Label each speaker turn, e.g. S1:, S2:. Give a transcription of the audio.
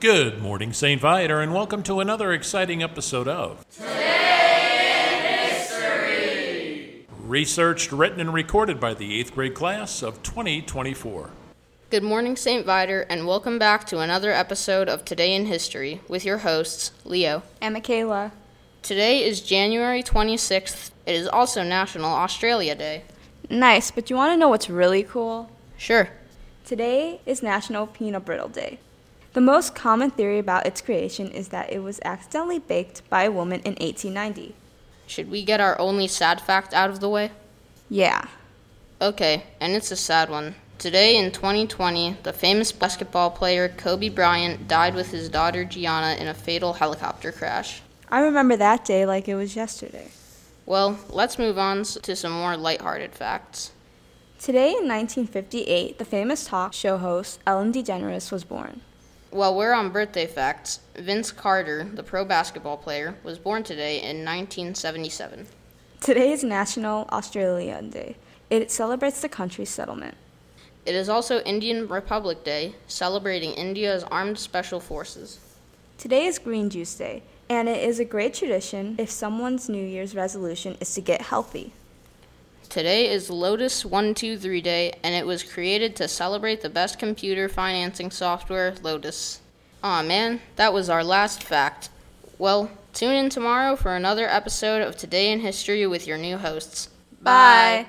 S1: Good morning, St. Viator, and welcome to another exciting episode of Today in History. Researched, written, and recorded by the 8th grade class of 2024.
S2: Good morning, St. Vider, and welcome back to another episode of Today in History with your hosts, Leo.
S3: And Michaela.
S2: Today is January 26th. It is also National Australia Day.
S3: Nice, but you want to know what's really cool?
S2: Sure.
S3: Today is National Peanut Brittle Day. The most common theory about its creation is that it was accidentally baked by a woman in 1890.
S2: Should we get our only sad fact out of the way?
S3: Yeah.
S2: Okay, and it's a sad one. Today in 2020, the famous basketball player Kobe Bryant died with his daughter Gianna in a fatal helicopter crash.
S3: I remember that day like it was yesterday.
S2: Well, let's move on s- to some more lighthearted facts.
S3: Today in 1958, the famous talk show host Ellen DeGeneres was born.
S2: While we're on birthday facts, Vince Carter, the pro basketball player, was born today in 1977.
S3: Today is National Australian Day. It celebrates the country's settlement.
S2: It is also Indian Republic Day, celebrating India's armed special forces.
S3: Today is Green Juice Day, and it is a great tradition if someone's New Year's resolution is to get healthy.
S2: Today is Lotus 123 Day, and it was created to celebrate the best computer financing software, Lotus. Aw man, that was our last fact. Well, tune in tomorrow for another episode of Today in History with your new hosts.
S3: Bye.